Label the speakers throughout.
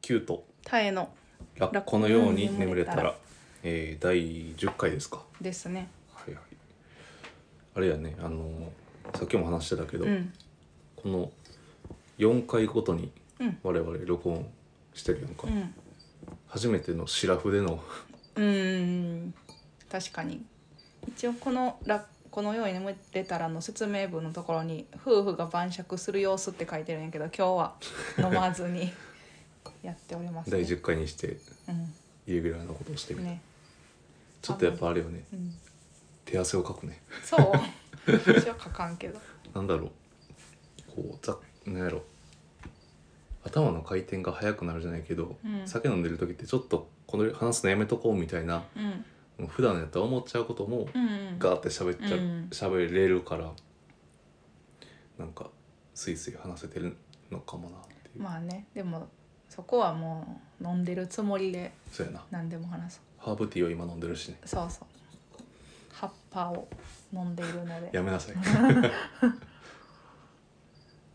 Speaker 1: キュート
Speaker 2: タエの
Speaker 1: ラッコのように眠れたら」えー第10回ですか。
Speaker 2: ですね
Speaker 1: はいはい、あれやねあのさっきも話してたけど、
Speaker 2: うん
Speaker 1: この4回ごとに
Speaker 2: うん
Speaker 1: 我々録音してるやんか、
Speaker 2: うん
Speaker 1: 初めてのシラフでの
Speaker 2: うーん確かに一応このラこのように眠れたらの説明文のところに「夫婦が晩酌する様子」って書いてるんやけど今日 は飲まずにやっております、
Speaker 1: 第10回にして
Speaker 2: う
Speaker 1: イレギュラーなことをしてみ
Speaker 2: ん
Speaker 1: た、
Speaker 2: ね
Speaker 1: ちょっとやっぱあれよね
Speaker 2: うん、
Speaker 1: 手汗をかくね
Speaker 2: そう 私は書かんけど
Speaker 1: なんだろうこうざなんやろ頭の回転が速くなるじゃないけど、
Speaker 2: うん
Speaker 1: 酒飲んでる時ってちょっとこの話すのやめとこうみたいな
Speaker 2: うん
Speaker 1: もう普段やったら思っちゃうことも
Speaker 2: うんうん
Speaker 1: ガーって喋っちゃう
Speaker 2: うん
Speaker 1: 喋、れるからなんかスイスイ話せてるのかもなっていう、
Speaker 2: まあねでもそこはもう飲んでるつもりで
Speaker 1: そうやな
Speaker 2: 何でも話そう
Speaker 1: ハーブティーを今飲んでるしね
Speaker 2: そうそう葉っぱを飲んでいるので
Speaker 1: やめな さい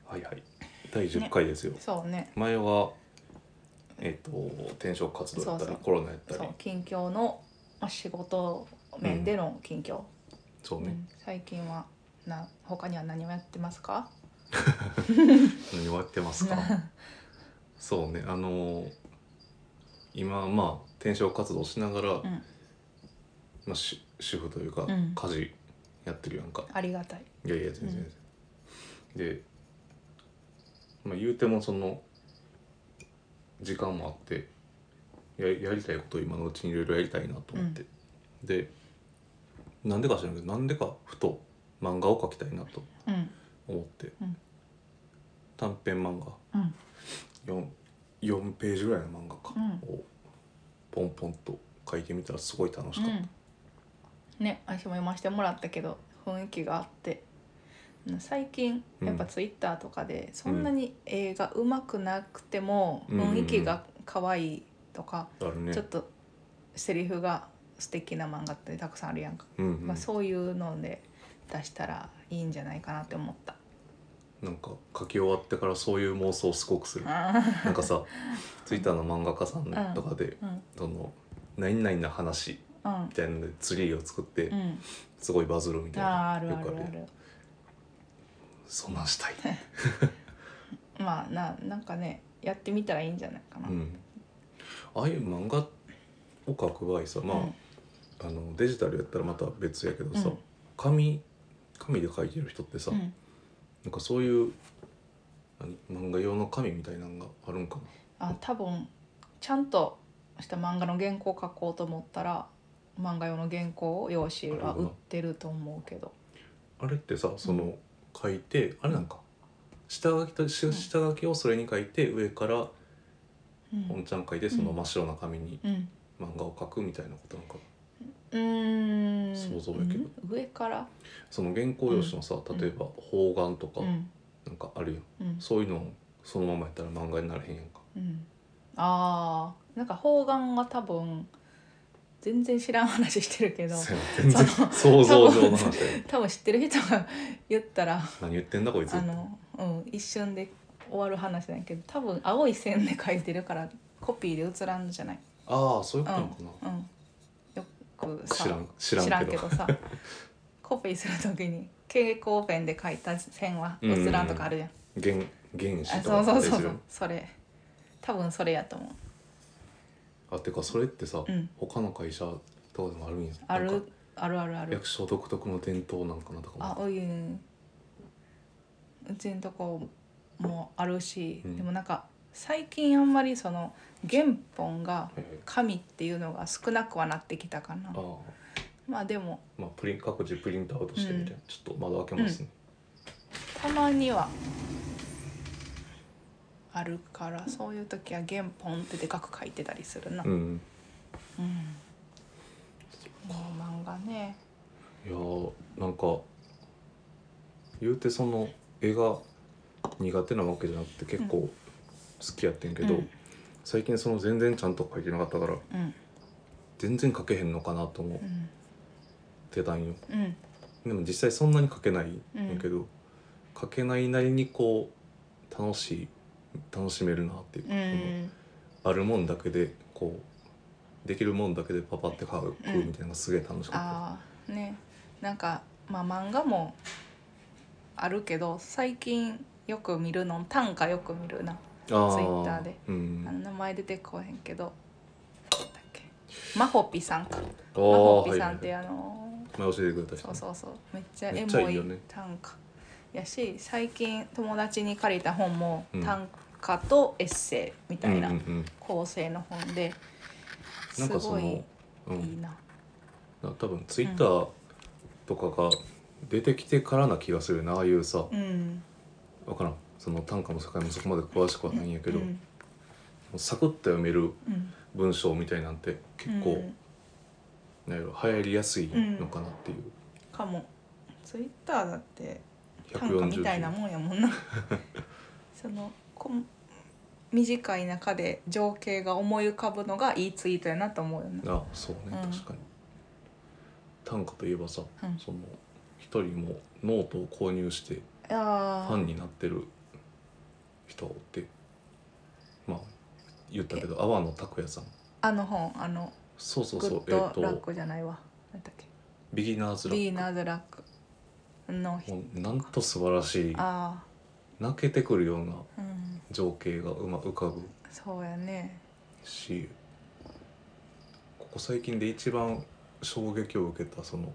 Speaker 1: はいはい第10
Speaker 2: ね
Speaker 1: 回ですよ、
Speaker 2: そうね
Speaker 1: 前はえっ、と転職活動だったり
Speaker 2: そうそう
Speaker 1: コロナやったり
Speaker 2: そう近況の、まあ、仕事面での近況、
Speaker 1: そう
Speaker 2: う
Speaker 1: ね、
Speaker 2: ん最近はな他には何をやってますか
Speaker 1: 何をやってます かそうねあのー今まあ転職活動しながら、
Speaker 2: うん
Speaker 1: まあ、主主婦というか、
Speaker 2: うん
Speaker 1: 家事やってるやんか
Speaker 2: ありがたい
Speaker 1: いやいや全然全然、で、まあ、言うてもその時間もあってややりたいことを今のうちにいろいろやりたいなと思って、でなんでか知らんけどなんでかふと漫画を描きたいなと
Speaker 2: うん
Speaker 1: 思って、
Speaker 2: うん
Speaker 1: 短編漫画
Speaker 2: うん
Speaker 1: 4 4ページぐらいの漫画か、
Speaker 2: う
Speaker 1: をポンポンと書いてみたらすごい楽し
Speaker 2: う
Speaker 1: かった、
Speaker 2: んね私も読ませてもらったけど雰囲気があってうん最近
Speaker 1: うん
Speaker 2: やっぱツイッターとかで、そんなに映画うまくなくても
Speaker 1: うんうんうん
Speaker 2: 雰囲気が可愛いとか、
Speaker 1: あるね
Speaker 2: ちょっとセリフが素敵な漫画ってたくさんあるやんか、
Speaker 1: うんうん
Speaker 2: まあ、そういうので出したらいいんじゃないかなって思った。
Speaker 1: なんか書き終わってからそういう妄想をすごくするなんかさツイッターの漫画家さんとかで、
Speaker 2: うん
Speaker 1: その何々な話
Speaker 2: うん
Speaker 1: みたいなのでツリーを作って、
Speaker 2: うん、
Speaker 1: すごいバズるみ
Speaker 2: あ
Speaker 1: たい
Speaker 2: ー
Speaker 1: な
Speaker 2: あるある
Speaker 1: よく
Speaker 2: あ
Speaker 1: ある
Speaker 2: る
Speaker 1: そんなんしたい、
Speaker 2: まあななんかねやってみたらいいんじゃないかな、
Speaker 1: うん、ああいう漫画を描く場合さまあ,、
Speaker 2: うん
Speaker 1: あのデジタルやったらまた別やけどさ、
Speaker 2: うん
Speaker 1: 紙紙で描いてる人ってさ、
Speaker 2: うん
Speaker 1: なんかそういう何漫画用の紙みたいなのがあるんかな
Speaker 2: あ多分ちゃんとした漫画の原稿を書こうと思ったら漫画用の原稿を用紙は売ってると思うけど
Speaker 1: あれってさそうの書いて、あれなんか下書きとし
Speaker 2: うん
Speaker 1: 下書きをそれに書いて上から
Speaker 2: う
Speaker 1: 本
Speaker 2: ん、
Speaker 1: ちゃん書いてその真っ白な紙に
Speaker 2: うん、
Speaker 1: 漫画を書くみたいなことなんか
Speaker 2: うーん
Speaker 1: 想像やけど
Speaker 2: うん上から
Speaker 1: その原稿用紙のさ
Speaker 2: ん
Speaker 1: 例えば方眼とか
Speaker 2: うん
Speaker 1: なんかあるやん
Speaker 2: うん、
Speaker 1: そういうのをそのままやったら漫画にならへんやんか
Speaker 2: うん、あーなんか方眼は多分全然知らん話してる けど
Speaker 1: そう全然想像上 の話で
Speaker 2: 多分知ってる人が言ったら
Speaker 1: 何言ってんだこいつ
Speaker 2: あの、うん、一瞬で終わる話だけど多分青い線で書いてるからコピーで写らんのじゃない、
Speaker 1: ああそういうことなのかな、
Speaker 2: うん、よくさ
Speaker 1: 知らん知らんけど
Speaker 2: さコピーする時に蛍光ペンで書いた線は写らんとかあるじゃん,、
Speaker 1: 原原子と
Speaker 2: あ
Speaker 1: か
Speaker 2: そうそうそう
Speaker 1: ページ
Speaker 2: そ
Speaker 1: を
Speaker 2: うそれ多分それやと思う
Speaker 1: あてかそれってさ、
Speaker 2: うん
Speaker 1: 他の会社とかでもあるんや
Speaker 2: あ
Speaker 1: なんか
Speaker 2: るあるあるある
Speaker 1: 役所独特の伝統なんかなとかも
Speaker 2: あうんうちのとこもあるし、
Speaker 1: うん
Speaker 2: でもなんか最近あんまりその原本が
Speaker 1: はいはい
Speaker 2: 紙っていうのが少なくはなってきたかな
Speaker 1: ああ
Speaker 2: まあでも
Speaker 1: まあプリン各自プリントアウトしてみたいな、ちょっと窓開けますね、
Speaker 2: たまにはあるからそういう時は原本ってでかく書いてたりするな、
Speaker 1: うん
Speaker 2: うんもう漫画ね
Speaker 1: いやーなんか言うてその絵が苦手なわけじゃなくて結構好きやってんけど、
Speaker 2: うん
Speaker 1: 最近その全然ちゃんと描いてなかったから
Speaker 2: うん
Speaker 1: 全然描けへんのかなと思っ
Speaker 2: うん
Speaker 1: てたんよ
Speaker 2: うん
Speaker 1: でも実際そんなに描けないんやけど、描けないなりにこう楽しい楽しめるなっていう、
Speaker 2: うん
Speaker 1: あるもんだけでこうできるもんだけでパパって買う食うみたいなのがすげえ楽しかっ
Speaker 2: ああねなんかまあ漫画もあるけど最近よく見るの短歌よく見るな
Speaker 1: た、ああ
Speaker 2: Twitter で
Speaker 1: う
Speaker 2: あ
Speaker 1: ん
Speaker 2: の名前出てこへんけどなんだっけマホピさんか
Speaker 1: あ
Speaker 2: マ
Speaker 1: あ
Speaker 2: ホ
Speaker 1: は
Speaker 2: ピ
Speaker 1: い
Speaker 2: さ
Speaker 1: は
Speaker 2: んっ
Speaker 1: い
Speaker 2: て
Speaker 1: はい
Speaker 2: あの
Speaker 1: 前教えてくれた人
Speaker 2: そうそうそうめっちゃ
Speaker 1: め
Speaker 2: エ
Speaker 1: っちゃ
Speaker 2: モ
Speaker 1: いい
Speaker 2: い
Speaker 1: よね
Speaker 2: 短歌やし最近友達に借りた本も
Speaker 1: うん
Speaker 2: 短歌とエッセイみたいな
Speaker 1: うんうんうん、
Speaker 2: 構成の本で
Speaker 1: な
Speaker 2: す
Speaker 1: んかそ
Speaker 2: ご
Speaker 1: の
Speaker 2: いい
Speaker 1: うん
Speaker 2: いな。
Speaker 1: な多分ツイッターとかが出てきてからな気がするなああいうさ
Speaker 2: うん
Speaker 1: 分からんその短歌の世界もそこまで詳しくはないんやけど、
Speaker 2: う
Speaker 1: も
Speaker 2: ん
Speaker 1: うサクッと読める
Speaker 2: うん
Speaker 1: 文章みたいなんて結構、なんやろ流行りやすいのかなっていう、
Speaker 2: かもツイッターだって短歌
Speaker 1: 140字
Speaker 2: みたいなもん やもんなそのこん短い中で情景が思い浮かぶのがいいツイートやなと思うよな
Speaker 1: あそうね、
Speaker 2: うん
Speaker 1: 確かに短歌といえばさ、
Speaker 2: うん
Speaker 1: その一人もノートを購入してファ
Speaker 2: あ
Speaker 1: ンになってる人ってまあ言ったけど阿波野拓也さん
Speaker 2: あの本あの
Speaker 1: そうそう
Speaker 2: グ
Speaker 1: そう
Speaker 2: ッ
Speaker 1: えっ、
Speaker 2: ドラッ
Speaker 1: と
Speaker 2: クじゃないわなんだっけ
Speaker 1: ビギナーズラック
Speaker 2: ビーナーズラックの人
Speaker 1: もうなんと素晴らしい
Speaker 2: あ
Speaker 1: 泣けてくるような
Speaker 2: あうん
Speaker 1: 情景がうま浮かぶ
Speaker 2: そうやね
Speaker 1: しここ最近で一番衝撃を受けたその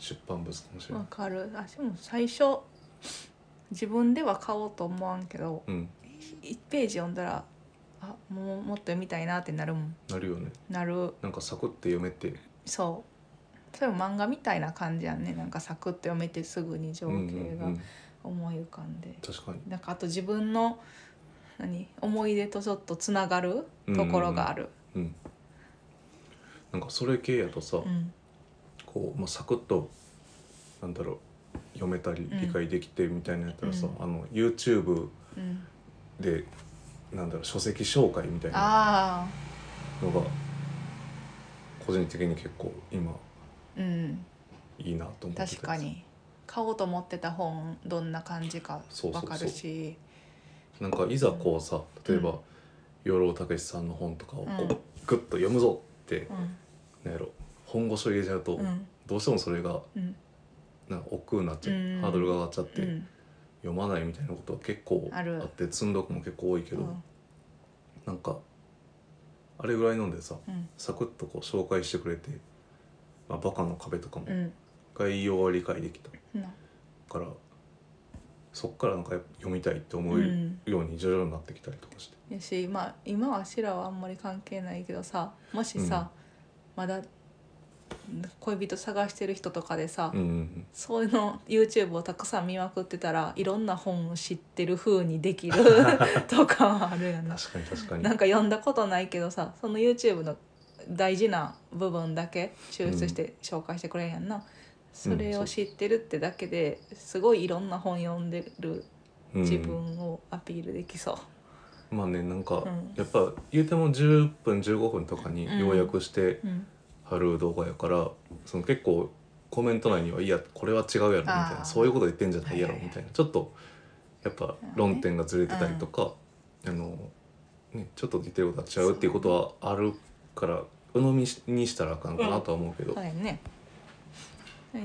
Speaker 1: 出版物かもしれな
Speaker 2: わ
Speaker 1: い、
Speaker 2: かるあでも最初自分では買おうと思わんけど
Speaker 1: うん、
Speaker 2: 1ページ読んだらあもうもっと読みたいなってなるもん
Speaker 1: なるよね
Speaker 2: なる
Speaker 1: なんかサクって読めて、
Speaker 2: そうそれも漫画みたいな感じやんねなんかサクッと読めてすぐに情
Speaker 1: うんうん
Speaker 2: 景
Speaker 1: う
Speaker 2: が
Speaker 1: ん、
Speaker 2: 思い浮かんで、
Speaker 1: 確かに
Speaker 2: なんかあと自分の何思い出とちょっとつながるところがある、
Speaker 1: うんなんかそれ系やとさ、
Speaker 2: うん
Speaker 1: こう、まあ、サクッとなんだろう読めたり
Speaker 2: ん
Speaker 1: 理解できてみたいなやったらさ、
Speaker 2: う
Speaker 1: あの YouTube
Speaker 2: うん、
Speaker 1: でなんだろう書籍紹介みたいな
Speaker 2: ああ
Speaker 1: のが個人的に結構今
Speaker 2: うん
Speaker 1: いいなと思ってたやつ
Speaker 2: 確かに買おうと思ってた本どんな感じか
Speaker 1: そうそう
Speaker 2: わ
Speaker 1: そう
Speaker 2: かるし
Speaker 1: なんかいざこうさ例えば、
Speaker 2: うん
Speaker 1: 養老孟司さんの本とかをこう、
Speaker 2: うん
Speaker 1: グッと読むぞって、
Speaker 2: うん
Speaker 1: なんやろ本腰を入れちゃうと、
Speaker 2: うん
Speaker 1: どうしてもそれが
Speaker 2: うん
Speaker 1: なんか億劫になっちゃう、
Speaker 2: うん
Speaker 1: ハードルが上がっちゃって、
Speaker 2: うん
Speaker 1: 読まないみたいなことは結構あ
Speaker 2: ある
Speaker 1: って積んどくも結構多いけど、なんかあれぐらい飲んでさ
Speaker 2: うん
Speaker 1: サクッとこう紹介してくれて「まあ、バカの壁」とかも
Speaker 2: うん
Speaker 1: 概要は理解できた
Speaker 2: うん
Speaker 1: からそっからなんかやっぱ読みたいって思
Speaker 2: う
Speaker 1: える
Speaker 2: ん
Speaker 1: ように徐々になってきたりとかして。
Speaker 2: やしまあ今はシラはあんまり関係ないけどさもしさ、まだ恋人探してる人とかでさ、
Speaker 1: うんうんうん
Speaker 2: そういうの YouTube をたくさん見まくってたらいろんな本を知ってる風にで きる とかはあるよな。
Speaker 1: 確かに確かに
Speaker 2: なんか読んだことないけどさその YouTube の大事な部分だけ抽出して紹介してくれるやんな、それを知ってるってだけですごいいろんな本読んでる
Speaker 1: うん
Speaker 2: 自分をアピールできそう。
Speaker 1: まあねなんか、
Speaker 2: うん
Speaker 1: やっぱ言うても10分15分とかに
Speaker 2: うん
Speaker 1: 要約して
Speaker 2: うん
Speaker 1: 貼る動画やから、その結構コメント内には「いやこれは違うやろ」みたい
Speaker 2: あ
Speaker 1: な
Speaker 2: ー
Speaker 1: そういうこと言ってんじゃないやろ
Speaker 2: はいはいはい
Speaker 1: みたいなちょっとやっぱ論点がずれてたりとか、あのね、ちょっと似てることは違うっていうことはあるから鵜呑みしにしたらあかんかなとは思うけど、
Speaker 2: そうやね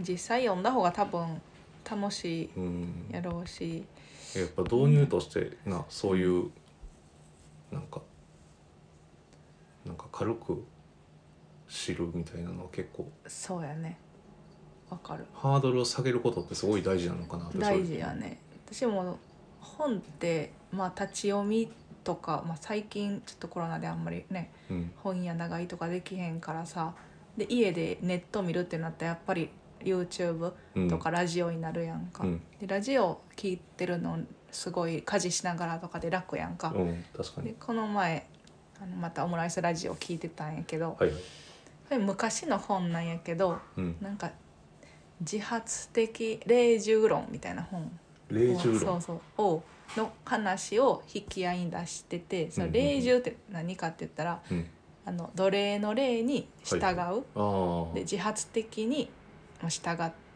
Speaker 2: 実際読んだ方が多分楽し
Speaker 1: うん
Speaker 2: いやろうし
Speaker 1: やっぱ導入としてなそういうなんかなんか軽く知るみたいなのは結構
Speaker 2: そうやねわかる
Speaker 1: ハードルを下げることってすごい大事なのかなって
Speaker 2: 大事やね私も本ってまあ立ち読みとか、まあ、最近ちょっとコロナであんまりね
Speaker 1: そういう
Speaker 2: 本屋長いとかできへんからさで家でネット見るってなったらやっぱり YouTube
Speaker 1: うん
Speaker 2: とかラジオになるやんか、
Speaker 1: うん
Speaker 2: でラジオ聞いてるのすごい家事しながらとかで楽やんか、
Speaker 1: うん、うん、確か
Speaker 2: で
Speaker 1: に
Speaker 2: この前あのまたオムライスラジオ聞いてたんやけど、
Speaker 1: はいはい
Speaker 2: それ昔の本なんやけど
Speaker 1: うん
Speaker 2: なんか自発的霊獣論みたいな本
Speaker 1: 霊
Speaker 2: を
Speaker 1: 獣
Speaker 2: そ
Speaker 1: 論
Speaker 2: うそうをの話を引き合いに出しててそ
Speaker 1: うん
Speaker 2: の
Speaker 1: うんうん
Speaker 2: 霊獣って何かって言ったら、
Speaker 1: うん
Speaker 2: あの奴隷の霊に従う、
Speaker 1: はいああ
Speaker 2: で自発的に従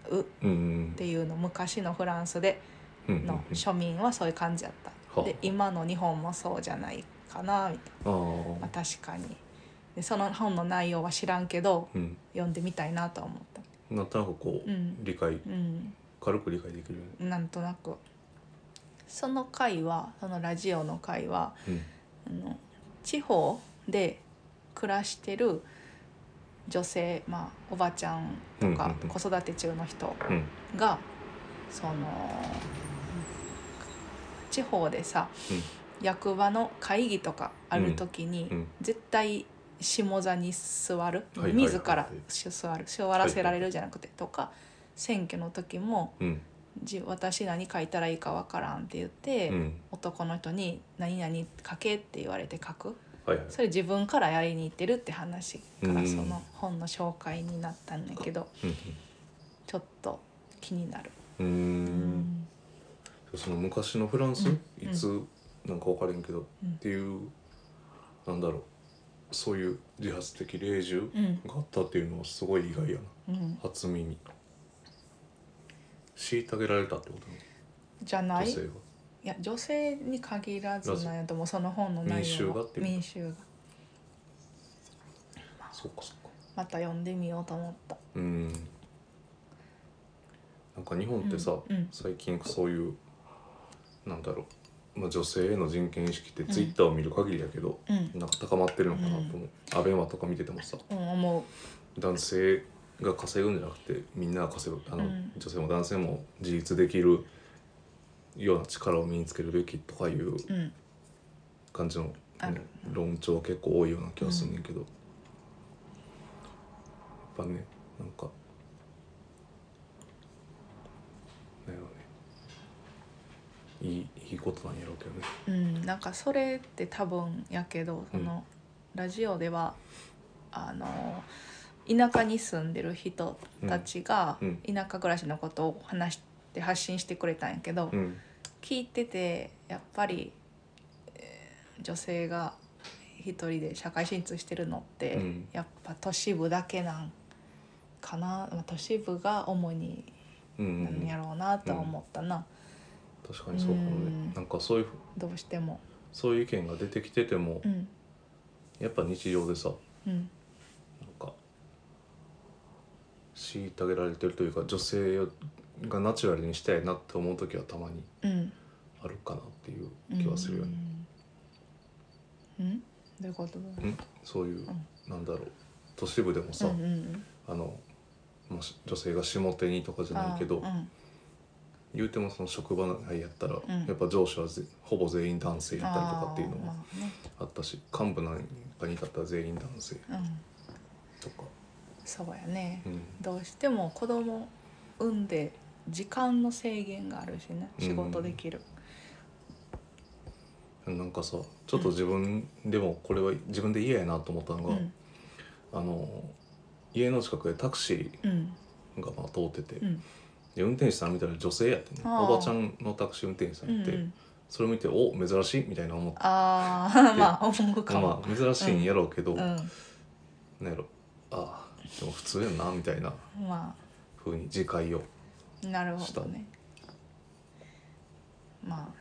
Speaker 2: うっ
Speaker 1: うんうん
Speaker 2: ていうの昔のフランスで
Speaker 1: うんうんうん
Speaker 2: の庶民はそういう感じやった。
Speaker 1: はは
Speaker 2: で今の日本もそうじゃないかなみたい
Speaker 1: あ
Speaker 2: な、ま
Speaker 1: あ
Speaker 2: あ、確かにでその本の内容は知らんけど
Speaker 1: うん
Speaker 2: 読んでみたいなとは思った
Speaker 1: なんとなくこう、
Speaker 2: うん
Speaker 1: 理解
Speaker 2: うん
Speaker 1: 軽く理解できるよね
Speaker 2: なんとなくその回はそのラジオの回は
Speaker 1: うん
Speaker 2: あの地方で暮らしてる女性、まあ、おばちゃんとか
Speaker 1: うんうん
Speaker 2: 子育て中の人
Speaker 1: うん
Speaker 2: がその地方でさ、役場の会議とかある時に、
Speaker 1: うん
Speaker 2: 絶対下座に座る、
Speaker 1: はいはいはい
Speaker 2: 自ら座る座らせられるじゃなくて、とか選挙の時も
Speaker 1: うん
Speaker 2: じ私何書いたらいいかわからんって言って、
Speaker 1: うん
Speaker 2: 男の人に「何々書け」って言われて書く
Speaker 1: はいはい
Speaker 2: それ自分からやりに行ってるって話か
Speaker 1: う
Speaker 2: ら
Speaker 1: ん
Speaker 2: その本の紹介になったんだけど
Speaker 1: うん
Speaker 2: ちょっと気になる。
Speaker 1: うんうーんその昔のフランス、
Speaker 2: うん
Speaker 1: いつなんか分からへんけど、
Speaker 2: うん
Speaker 1: っていうなんだろうそういう自発的霊獣
Speaker 2: うん
Speaker 1: があったっていうのはすごい意外やな
Speaker 2: うん、
Speaker 1: 初耳虐げられたってことね
Speaker 2: じゃな
Speaker 1: 女
Speaker 2: い
Speaker 1: 性が
Speaker 2: いや女性に限らずなんやと思うその本の内
Speaker 1: 民衆
Speaker 2: 容は
Speaker 1: がっていう
Speaker 2: 民衆が
Speaker 1: そっかそっか
Speaker 2: また読んでみようと思った
Speaker 1: うんなんか日本ってさ、
Speaker 2: うんうん
Speaker 1: 最近そういうなんだろう、まあ、女性への人権意識ってツイッターを見る限りやけど、
Speaker 2: うん、
Speaker 1: なんか高まってるのかなと思う、アベマとか見ててもさ
Speaker 2: うん、思う
Speaker 1: 男性が稼ぐんじゃなくてみんなが稼ぐあの、
Speaker 2: うん
Speaker 1: 女性も男性も自立できるような力を身につけるべきとかいう
Speaker 2: うん
Speaker 1: 感じの、ね
Speaker 2: ある
Speaker 1: 論調は結構多いような気がするんだけど、やっぱねなんかなんやろうねいいいいことなんやろうけどね。
Speaker 2: うん、なんかそれって多分やけどその、ラジオではあの田舎に住んでる人たちが
Speaker 1: うん
Speaker 2: 田舎暮らしのことを話して発信してくれたんやけど、
Speaker 1: うん
Speaker 2: 聞いててやっぱり、えー女性が一人で社会進出してるのって、
Speaker 1: うん
Speaker 2: やっぱ都市部だけなんかな、まあ、都市部が主に
Speaker 1: うんう
Speaker 2: なんや
Speaker 1: ん、
Speaker 2: ろうなとは思ったな、
Speaker 1: 確かにそうかもね、
Speaker 2: うん
Speaker 1: なんかそういうふ
Speaker 2: どうしても。
Speaker 1: そういう意見が出てきてても、
Speaker 2: うん
Speaker 1: やっぱ日常でさ、
Speaker 2: うん
Speaker 1: なんか虐げられてるというか女性がナチュラルにしたいなって思う時はたまに
Speaker 2: うん
Speaker 1: あるかなっていう気はするよね。
Speaker 2: うん。うんどういうことだ
Speaker 1: うんそういう、
Speaker 2: ん
Speaker 1: なんだろう都市部でもさ、
Speaker 2: うんうん
Speaker 1: あのまあし女性が下手にとかじ
Speaker 2: うん、
Speaker 1: ゃないけど、
Speaker 2: あー
Speaker 1: 言うてもその職場内やったら、
Speaker 2: ん
Speaker 1: やっぱ上司はぜほぼ全員男性やったりとかっていうの
Speaker 2: あ
Speaker 1: も
Speaker 2: ーま
Speaker 1: あったし幹部なんかに至ったら全員男性
Speaker 2: あねうん、
Speaker 1: とか。
Speaker 2: そうやね、
Speaker 1: うん
Speaker 2: どうしても子供産んで時間の制限があるしね仕事できる、
Speaker 1: なんかさちょっと自分でもこれは自分で嫌やなと思ったの
Speaker 2: う
Speaker 1: が、
Speaker 2: ん
Speaker 1: あの家の近くでタクシ
Speaker 2: うん
Speaker 1: ーがまあ通ってて、
Speaker 2: うん
Speaker 1: で運転手さん見たら女性やってね
Speaker 2: あー
Speaker 1: おばちゃんのタクシー運転手さ
Speaker 2: うん
Speaker 1: やって、
Speaker 2: ん、
Speaker 1: それを見て「お珍しい」みたいな思って
Speaker 2: ああ まあ思うか
Speaker 1: ま
Speaker 2: も、
Speaker 1: あ珍しいんやろうけど、
Speaker 2: うん
Speaker 1: なんやろああでも普通やんなみたいな
Speaker 2: ま
Speaker 1: ふうに自戒を
Speaker 2: あなるほどねま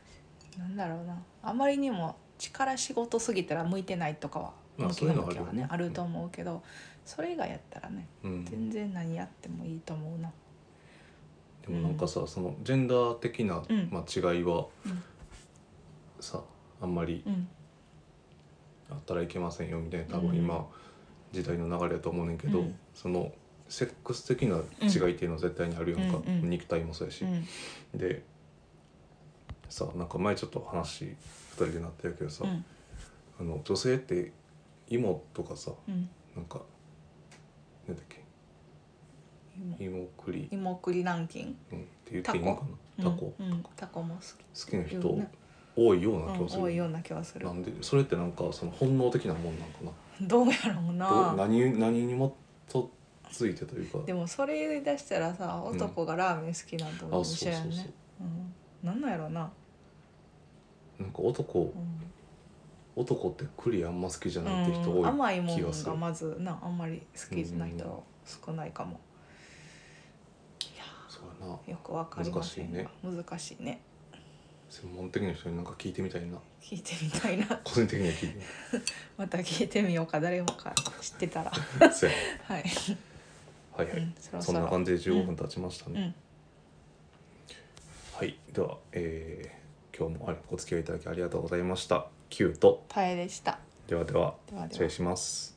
Speaker 2: あなんだろうなあまりにも力仕事すぎたら向いてないとかは
Speaker 1: まあ
Speaker 2: 向き
Speaker 1: そういう
Speaker 2: 不
Speaker 1: のはあ
Speaker 2: 向き
Speaker 1: るよね
Speaker 2: はねあると思うけどそれ以外やったらね
Speaker 1: うんで
Speaker 2: 全然何やってもいいと思うな
Speaker 1: もなんかさそのジェンダー的な、
Speaker 2: うん
Speaker 1: まあ、違いは、
Speaker 2: うん
Speaker 1: さあんまり
Speaker 2: うん
Speaker 1: あったらいけませんよみたいな多分
Speaker 2: うん
Speaker 1: 今時代の流れだと思うねんけど、
Speaker 2: うん
Speaker 1: そのセックス的な違いっていうのは絶対にあるやんか、
Speaker 2: うんうん
Speaker 1: 肉体もそうやし
Speaker 2: う、ん
Speaker 1: でさなんか前ちょっと話2人でなってるけどさ、
Speaker 2: うん
Speaker 1: あの女性って芋とかさ
Speaker 2: うん
Speaker 1: なんかなんだっけ芋栗、
Speaker 2: 芋栗ランキン
Speaker 1: うん、って言っていいのかなタコ、
Speaker 2: うんうん、タコも好
Speaker 1: 好きな人、
Speaker 2: いるね
Speaker 1: 多いような気
Speaker 2: き、
Speaker 1: がす
Speaker 2: うん、
Speaker 1: る、
Speaker 2: 多いような気はする
Speaker 1: なんでそれってなんかその本能的なもんなんかな
Speaker 2: どうやろう
Speaker 1: どう
Speaker 2: な
Speaker 1: 何何にもとついてというか
Speaker 2: でもそれ出したらさ
Speaker 1: ん
Speaker 2: 男がラーメン好きなんて
Speaker 1: あ
Speaker 2: 思
Speaker 1: そうう
Speaker 2: し
Speaker 1: そう
Speaker 2: や
Speaker 1: そ
Speaker 2: ん
Speaker 1: う
Speaker 2: ねうんなんなんやろうな、
Speaker 1: なんか男
Speaker 2: うん
Speaker 1: 男って栗あんま好きじゃないって人
Speaker 2: うん、
Speaker 1: 多
Speaker 2: 甘い
Speaker 1: い
Speaker 2: も
Speaker 1: 気が
Speaker 2: ん
Speaker 1: する
Speaker 2: がまずなあんまり好きじゃない人は少ないかも、
Speaker 1: そうやな
Speaker 2: よくわかりませんが
Speaker 1: 難
Speaker 2: 難しいね
Speaker 1: 専門的な人になんか聞いてみたい な
Speaker 2: 聞いてみたいな
Speaker 1: 個人的には聞いてみ
Speaker 2: また聞いてみようか誰もか知ってたら
Speaker 1: たいそうや
Speaker 2: はい、
Speaker 1: はいはい、
Speaker 2: うん、そろ
Speaker 1: そ
Speaker 2: そ
Speaker 1: んな
Speaker 2: ろ
Speaker 1: 感じで15分経ちましたね、
Speaker 2: うん
Speaker 1: はいでは、えー今日もお付き合いいただきありがとうございましたキュート
Speaker 2: タエでした
Speaker 1: ではでは
Speaker 2: ではでは
Speaker 1: 失礼します